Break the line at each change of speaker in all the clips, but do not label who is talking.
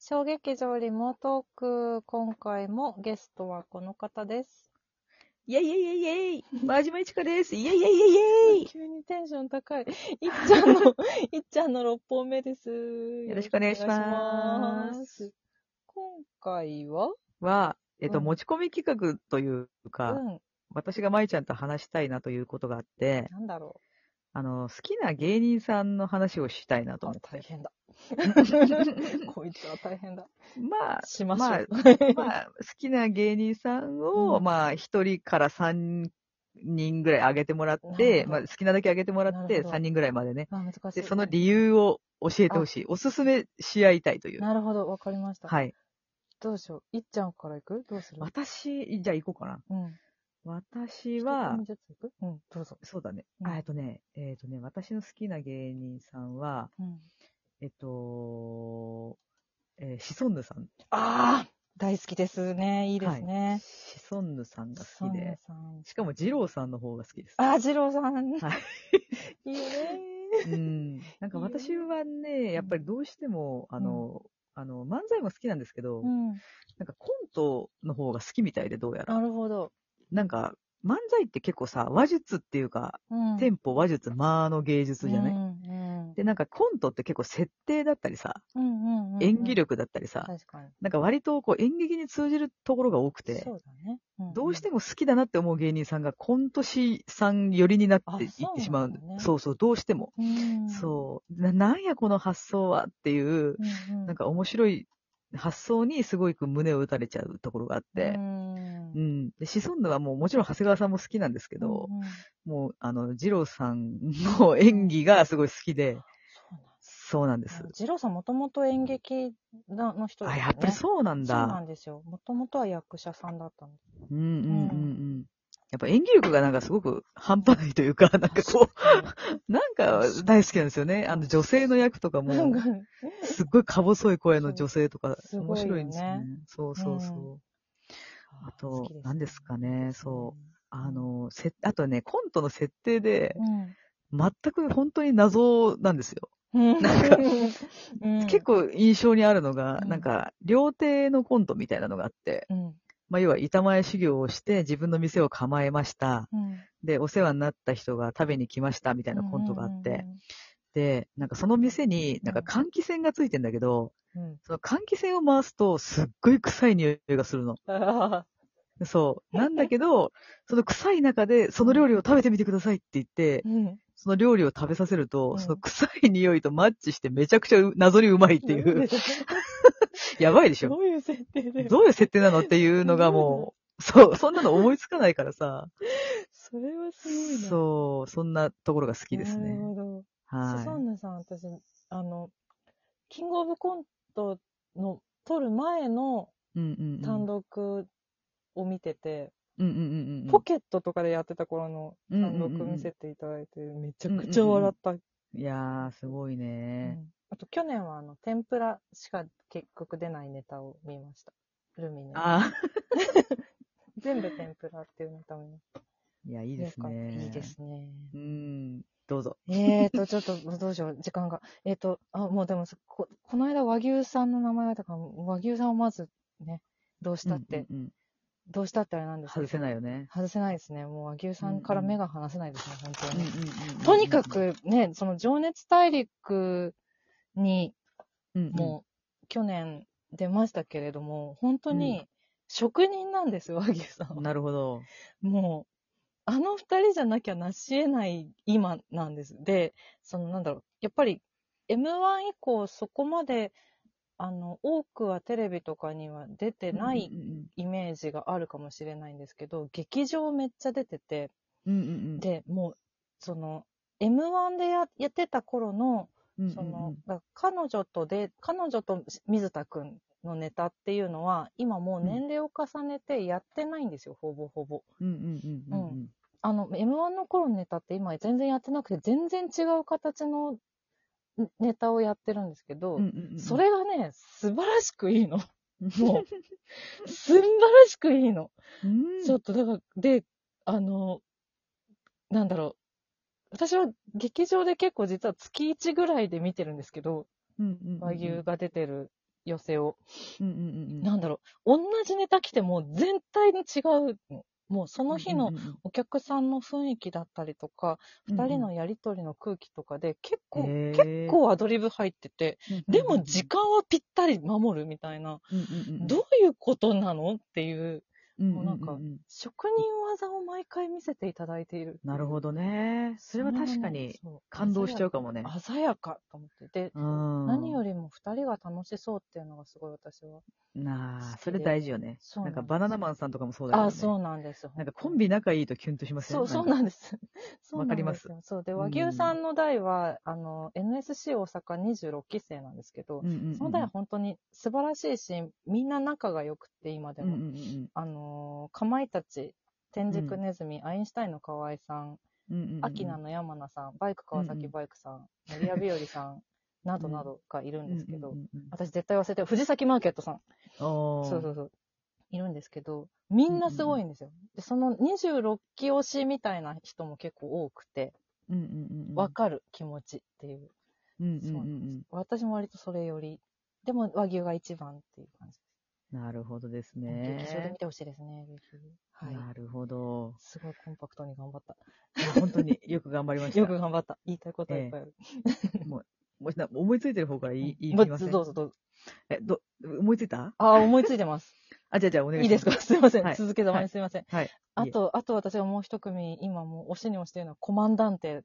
小劇場リモートーク、今回もゲストはこの方です。
イェイイェイイェイイェイ真島いちかですイェイイェイイェイイェ
急にテンション高い。いっちゃ んの、いっちゃんの6本目です。よ
よろしくお願いしま
ろしくお願
す
いします。今回は
イは、えっと、
うん
持ち込み企画というか、
うん、
私がまいちゃんと話したいなということがあって、
なんだろ
あの、好きな芸人さんの話をしたいな
う。
と
あ
思っ、
大
て。
変 だ。こいつは大変だ。
まあ、
しまし
まあ
ょう。
まあ、好きな芸人さんを、
うん
まあ、一人から三人ぐらい上げてもらっ
なる
て、
ほど
まあ、好きなだけ上げてもら
な
っ
るほ
て、
ど
三人ぐらいまでね。
あ、難しい。
で、その理由を教えてほしい。おすすめし合いたいという。
なるほど、わかりました。
はい。
どうしよう。いっちゃんから行くどうする
私、じゃあ行こうかな。
うん。
私は、
一組ずつ行くうん、どうぞ。
そうだね。
うん
あ、えっとね、えっとね、私の好きな芸人さんは、
うん。
えっと、えーシソンヌさん。
ああ大好きですね。いいです
は
ね
い。。シソンヌさんが
ソ
好
ン
き
ヌ
で、
さん。
しかも二郎さんの方が好きです。
あ、二郎さん。
はい
。いよね
うん。なんか私はね、やっぱりどうしても、あの、あの、漫才も好きなんですけど、
うん。
なんかコントの方が好きみたいで、どうやら
な。るほど。
なんか、漫才って結構さ、話術っていうか、
うん。
テンポ、話術、間の芸術じゃない、
うん。
で、なんかコントって結構設定だったりさ、
うんうんうん。
演技。力だったりさ、
確かに。
なんか割とこう演劇に通じるところが多くて
そ、うだね。ん
どうしても好きだなって思う芸人さんがコント師さん寄りになってい
あ
っ
そうなんだ
てしまう。そう,、
ね
そうどうしても。
うん。
そうな。なんやこの発想はっていう、
うん。
なん
か、
か面白い発想にすごいこう胸を打たれちゃうところがあっ
う
て、
ん
うん。。で、シソンヌはもうもちろん長谷川さんも好きなんですけど、
うんうん
もうあの、二郎さんの演技がすごい好きで、
そうなんだ
そうなんです。
二郎さんもともと演劇なの人
あ、
ですよね
やっぱりそうなん
そうな
だ。
んですよ。もともとは役者さんだったんです。
うんうんうん
う
うん。やっぱ演技力がなんかすごく半端ないという か、なんかこう、なんか大好きなんですよね。あの女性の役とか
な
も
ん、かね
すっごいか細い声の女性とか、
そう
面白いんですよね。そうそうそう。
う
あと
好き、
何ですかね、そう。あの、せあとね、コントの設定で、
うん。
全く本当に謎なんですよ。
うん
なんか
うん
結、構印象にあるのが、
うん
なんか、料亭のコントみたいなのがあって、
うん
まあ、要は板前修行をして自分の店を構えました。
うん、
で、お世話になった人が食べに来ましたみたいなコントがあって、で、なんかその店になんか換気扇がついてんだけど、
うんうんうん。
その換気扇を回すとすっごい臭い匂いがするの。
あ
そう。なんだ けど、その臭い中でその料理を食べてみてくださいって言って
ー、うん
その料理を食べさせると、
うん
その臭い匂いとマッチしてめちゃくちゃ謎にうまいっていう、 やばいでしょ
ど。ういう設定だよ。
どういう設定なのっていうのがもう、そう、そんなの思いつかないからさ、
それはすごいな。う、
そう、そんなところが好きです
な
ね
る。ほど。シソ
は
ンヌさん、私、あの、キングオブコントの撮る前の
い。うんうんうん。
単独を見てて、
うんうんうんうん。
ポケットとかでやってた頃の単独
うんうんうんうん
見せていただいて、めちゃくちゃ笑った。
いやー、すごいね。
あと去年はあの天ぷらしか結局出ないネタを見ました。ルミネ。
あ
全部天ぷらっていうネタを見まし
ー、いや、い
た。
いですね。
いいで。すね。
うん、どうぞ。
えーと、ちょっと、どうしよう、時間が。えーと、あ、もうでもそこ、この間和牛さんの名前が出たから、和牛さんをまずね、どうしたって、
うんうんうん
どうしたってあれなんですけど
外せないよね。
外せないですね。もう和牛さんから目が離せないですね、本当に。
うん
とにか、くね、その情熱大陸に
うんうん
もう去年出ましたけれども、本当に職人なんですよ、和牛さんは。
なるほど。
もう、あの二人じゃなきゃなし得ない今なんです。で、そのなんだろう、やっぱり M1 以降そこまで、あの、多くはテレビとかには出てない
うん
イメージがあるかもしれないんですけど、劇場めっちゃ出てて、
うんうん。
で、もう、その、M1 でややってた頃の、
うんうんうん、
その、だ彼女とで、彼女と水田くんのネタっていうのは、今もう年齢を重ねてやってないんですよ、ほぼほぼ。
うんうんうんうんうん。
あの、M1 の頃のネタって今全然やってなくて、全然違う形のんネタをやってるんですけど、
うんうんうん
そ、れがね、素晴らしくいい の。
も
もう、素晴らしくいいの。
う、うん
ちょっと、だから、で、あの、なんだろう。私は劇場で結構実は月1ぐらいで見てるんですけど、
うんうんうん
和牛が出てる寄せを。
うんうんうん。
なんだろう、同じネタ来ても全体に違うの。もうその日の
うんうんうん
お客さんの雰囲気だったりとか、
うん
二
うん
人のやりとりの空気とかで結構、
へー
結構アドリブ入ってて、
うんうんうん
でも時間はぴったり守るみたいな、
うんうんうん
どういうことなのっていう、
うん
もうなんか
うう
職人技を毎回見せていただいている。
なるほどね。それは確かに
そう
感動しちゃうかもね。
鮮やかと思って。で、何
何
よ
り。
りも二人が楽しそうっていうのがすごい私は。
な
好
あ、
き
それ
で
大事よね。
そう
なんか
です
バナナマンさんとかもそうだけど、ね。
あ、そうなんです。
なんかコンビ仲いいとキュンとします
そ
よ
う、
ね。
そう
か
なんです。 そう
わ
な
か
ん
りま
ですすよ。そう。で、
うん
和牛さんの代は、あの、NSC 大阪26期生なんですけど、
うんうんうん。
その代は本当に素晴らしいし、みんな仲が良くて、今で
うん
も。
うんうん
あの、かまいたち、天竺
うん
ネズミ、アインシュタインの河合さん、
うんうんうん。
アキナの山名さん、バイク川
うんう
崎
ん
バイクさん、森谷日和さん、などなどがいるんですけど、
うんうんうんうん
私絶対忘れてる、藤崎マーケットさん。
おー
そうそうそう。いるんですけど、みんなすごいんですよ。で、その26期推しみたいな人も結構多くて、
うんうんうん。
わかる気持ちっていう。
うんう
そ
ん
うなん
う
ん
う
です
ん。。
私も割とそれより、でも和牛が一番っていう感じ
なるほどです
です。劇場で
ね
見。てほしいですね、牛はい。
なるほど。
すごいコンパクトに頑張った。
いや本当によく頑張りました。
よく頑張った。言いたいことはいっぱいある。
もしな思いついてる方から言い言い
もう
言いません
どうぞどうぞ。
えど思いついた
ああ、思いついてます。
あ、じゃあじゃあ お願い
いい
し
で
ます
か
す。
すいません。
はい
続けざまにすいません。
はいはい
あと、あと私がもう一組、今もう推しに推してるのはコマンダンテ、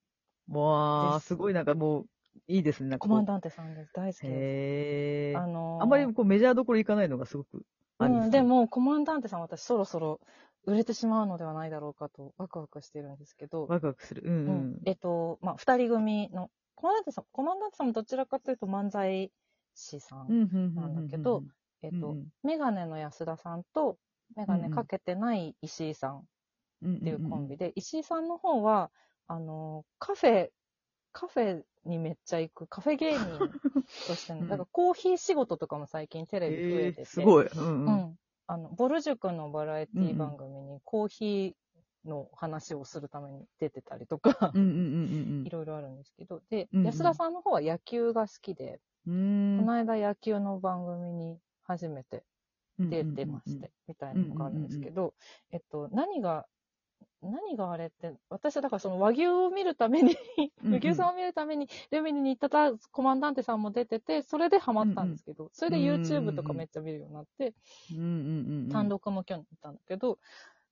わ
で
あ、
す
すごいなんかもう、いいですね。なんか
コ
こう
マンダンテさんです。大好きです。
へえ。
あのー
あんまりこうメジャーどころ行かないのがすごくあり
う
す
ん、
ね
で、も、コマンダンテさん、私、そろそろ売れてしまうのではないだろうかと、ワクワクしてるんですけど、
ワクワクする。う
うんんえっと、まあ、二人組の、コマンダンテさん、コマンダンテさんもどちらかというと漫才師さん、
うん。うんうん。
なんだけどえっと、
うんうん
メガネの安田さんと、メガネかけてない石井さんっ
うん、って
いうコンビで、石井さんの方は、あの、カフェ、カフェにめっちゃ行く、カフェ芸人として
う
の、
ん
だからコーヒー仕事とかも最近テレビ増え
え
てて、
ー、すごい。うんう。
うんん、あのボル塾のバラエティ番組にコーヒーの話をするために出てたりとか、
うんうんうん
いろいろあるんですけど、で、
うんうん
安田さんの方は野球が好きで、
うん。
この間野球の番組に初めて
うん
出てまして、。みたいなのがあるんですけど、えっと、何が、何があれって、私はだからその和牛を見るために、
うんうん
和牛さんを見るために、ルミネに行ったらコマンダンテさんも出てて、それでハマったんですけど、それで YouTube とかめっちゃ見るようになって、
うんうんうんうん。
単独も去年行ったんだけど、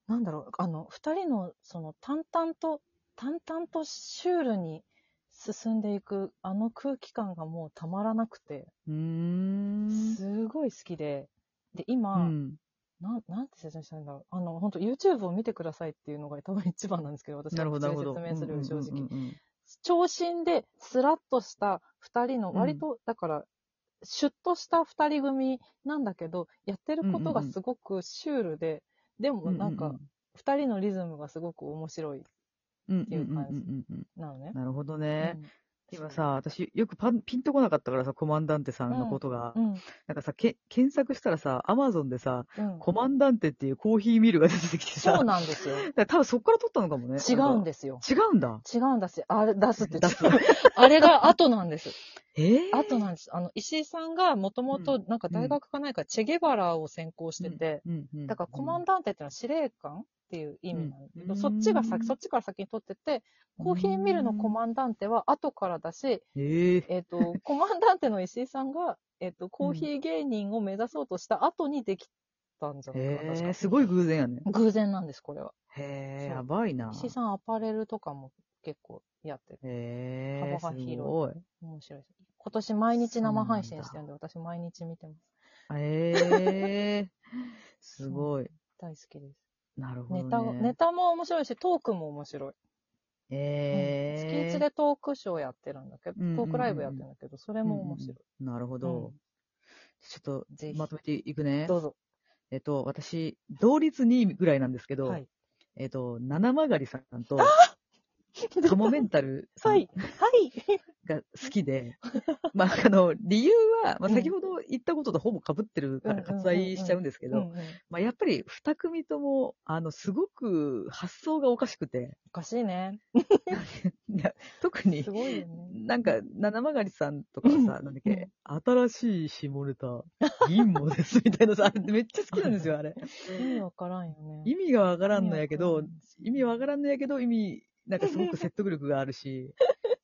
なんだろう、あの、二人の、その、淡々と、淡々とシュールに進んでいく、あの空気感がもうたまらなくて、
うーん。
すごい好きで、で、今、
うん
なん、なんて説明したらいいんだろう。あの、本当 YouTube を見てくださいっていうのが多分一番なんですけど、私
な
は
るほど、なるほど。
説明するより正直。
うんうんうんうん
長身で、スラッとした二人の、
うん
割と、だから、シュッとした二人組なんだけど、やってることがすごくシュールで、でもなんか、、二人のリズムがすごく面白い
うん
ていう感じ
んんうん
なのね
うん。なるほど
う
ね。
ん
今さ、私、よくパンピンとこなかったからさ、コマンダンテさんのことが。
うん、
なんかさ、け検索したらさ、アマゾンでさ、
うん。
コマンダンテっていうコーヒーミルが出てきてさ、
そう
だか
なん ですよ。
ら多分そっから撮ったのかもね。
違うん
で。
ですよ。
違うんだ。
違うんだし、あれ、出すって
出
言っ
す
ちゃう。あれが後なんです。
えー、
あとなんです。あの、石井さんがもともと、なんか大学かないか、チェゲバラを専攻してて、
うんうん
だからコマンダンテっていうのは司令官っていう意味なんですけど、
うん
そっちが先、そっちから先に取ってて、コーヒーミルのコマンダンテは後からだし、
うんえー、
えっ、 と、コマンダンテの石井さんが、えっ、と、コーヒー芸人を目指そうとした後にできたんじゃないかな、
えー、
確
す
か
ごい偶然やね。
偶然なんです、これは。
へ
そ
え、
う
やばいな。
石井さんアパレルとかも結構やってて、
へえ、
幅が広い
すごい。
面白いです。今年毎日生配信してるんで、私毎日見てます。
へえ、すごい。
大好きです。
なるほ
ネ
ど、ね。
タを、ネタも面白いし、トークも面白い。
え
月
ー
1でトークショーやってるんだけど、
うんうんうん
トークライブやってるんだけど、それも面白い。
なるほ
うん
ど。ちょっ
ぜひ
と、まとめていくね。
どうぞ。
えっと、私、同率2位ぐらいなんですけど、
はい。
えっと、七曲さんと、カモメンタル さ
は
ん
い。はい。
が好きで、 まあ、あの、理由は、まあ、
うん
先ほど言ったこととほぼ被ってるから割愛しちゃうんですけ
うんう
ど、
ん
まあ、やっぱり二組とも、あの、すごく発想がおかしくて、
おかしいね。
いや特に
す、ごいよね。
なんか、七曲さんとかはさ、なんだっけ、新しい下ネタ、銀もですみたいなさ、あれめっちゃ好きなんですよ、あれ。
意味わからんよね。
意味がわからんのやけど、
意
意味わからんのやけど、意味、なんかすごく説得力があるし、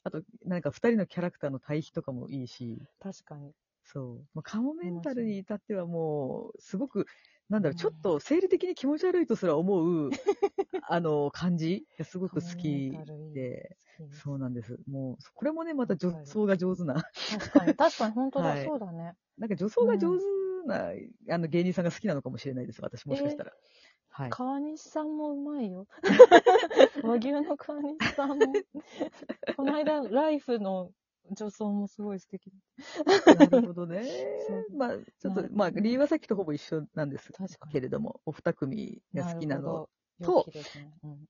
あと、なんか二人のキャラクターの対比とかもいいし、
確かに。
そう。まあ、カモメンタルに至ってはもう、すごく、なんだろ
う
う、
ん
ちょっと生理的に気持ち悪いとす ら思う、あの、感じがすごく好き
カモメンタルいい
で、
好きです
そうなんです。もう、これもね、また女装が上手な、
確かに、確かに、本当だ、
はい
そうだね。
なんか女装が上手な、あの、芸人さんが好きなのかもしれないです、私もしかしたら。はい。
川西さんもうまいよ。 和牛の川西さんも。 この間、ライフの女装もすごい素敵。
なるほどね
そ。
まあ、ちょ
な
っと
る、
まあ、理由はさっきとほぼ一緒なんです
確かに
けれども、お二組が好きなの。
るほ
と
ど良きですねうん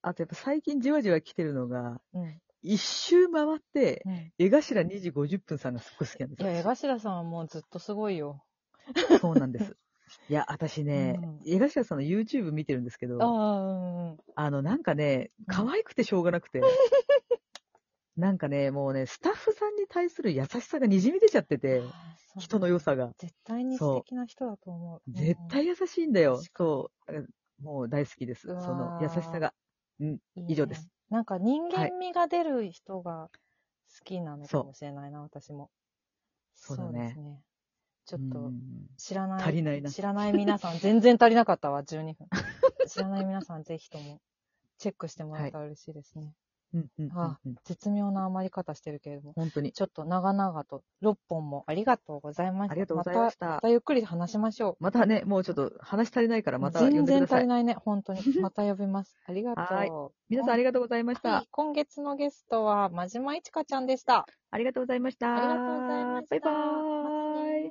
あと、やっぱ最近じわじわ来てるのが、
うん
一周回って、
うん
江頭2時50分さんがすっごい好きなんです
い
よ。
や、江頭さんはもうずっとすごいよ。
そうなんです。いや、私ね、
う
江頭さんの YouTube 見てるんですけど、
ああ、
あ
うんうん。
の、なんかね、
うん
可愛くてしょうがなくて、 なんかね、もうね、スタッフさんに対する優しさがにじみ出ちゃってて、
あー
人の良。
そう
さが。
絶対に素敵な人だと思う。
絶対優しいんだよ。
確かに
そう。だからもう大好きです。
う
そ
わー
の優しさが。
うん
以上です。
いいねなんか人
は
間
い
味が出る人が好きなの
そ
か
う
もしれないな、私も。
そうだね
ですね。ちょっ
う
と
ん、
知らない。
足りないな
知らない皆さん、全然足りなかった わ、12分。知らない皆さん、ぜひとも、チェックしてもらえたら嬉しいですね。
うんうんうん
あ
うん。
絶妙な余り方してるけれども。
本当に。
ちょっと長々と、6本もありがとうございました。
ありがとうございました
またゆっくり話しましょ
またね、もうちょっと話足りないから
う。
また呼ん
全
でく
然
だ
足
さ
り
い。
ないね、本 当に。また呼びます。ありが
はい
とう。
皆さんありがとうございました。
はい、今月のゲストは、真島いちかちゃんでした。
ありがとうございました。
ありがとうございました
バイバ
また
ーイ。
ね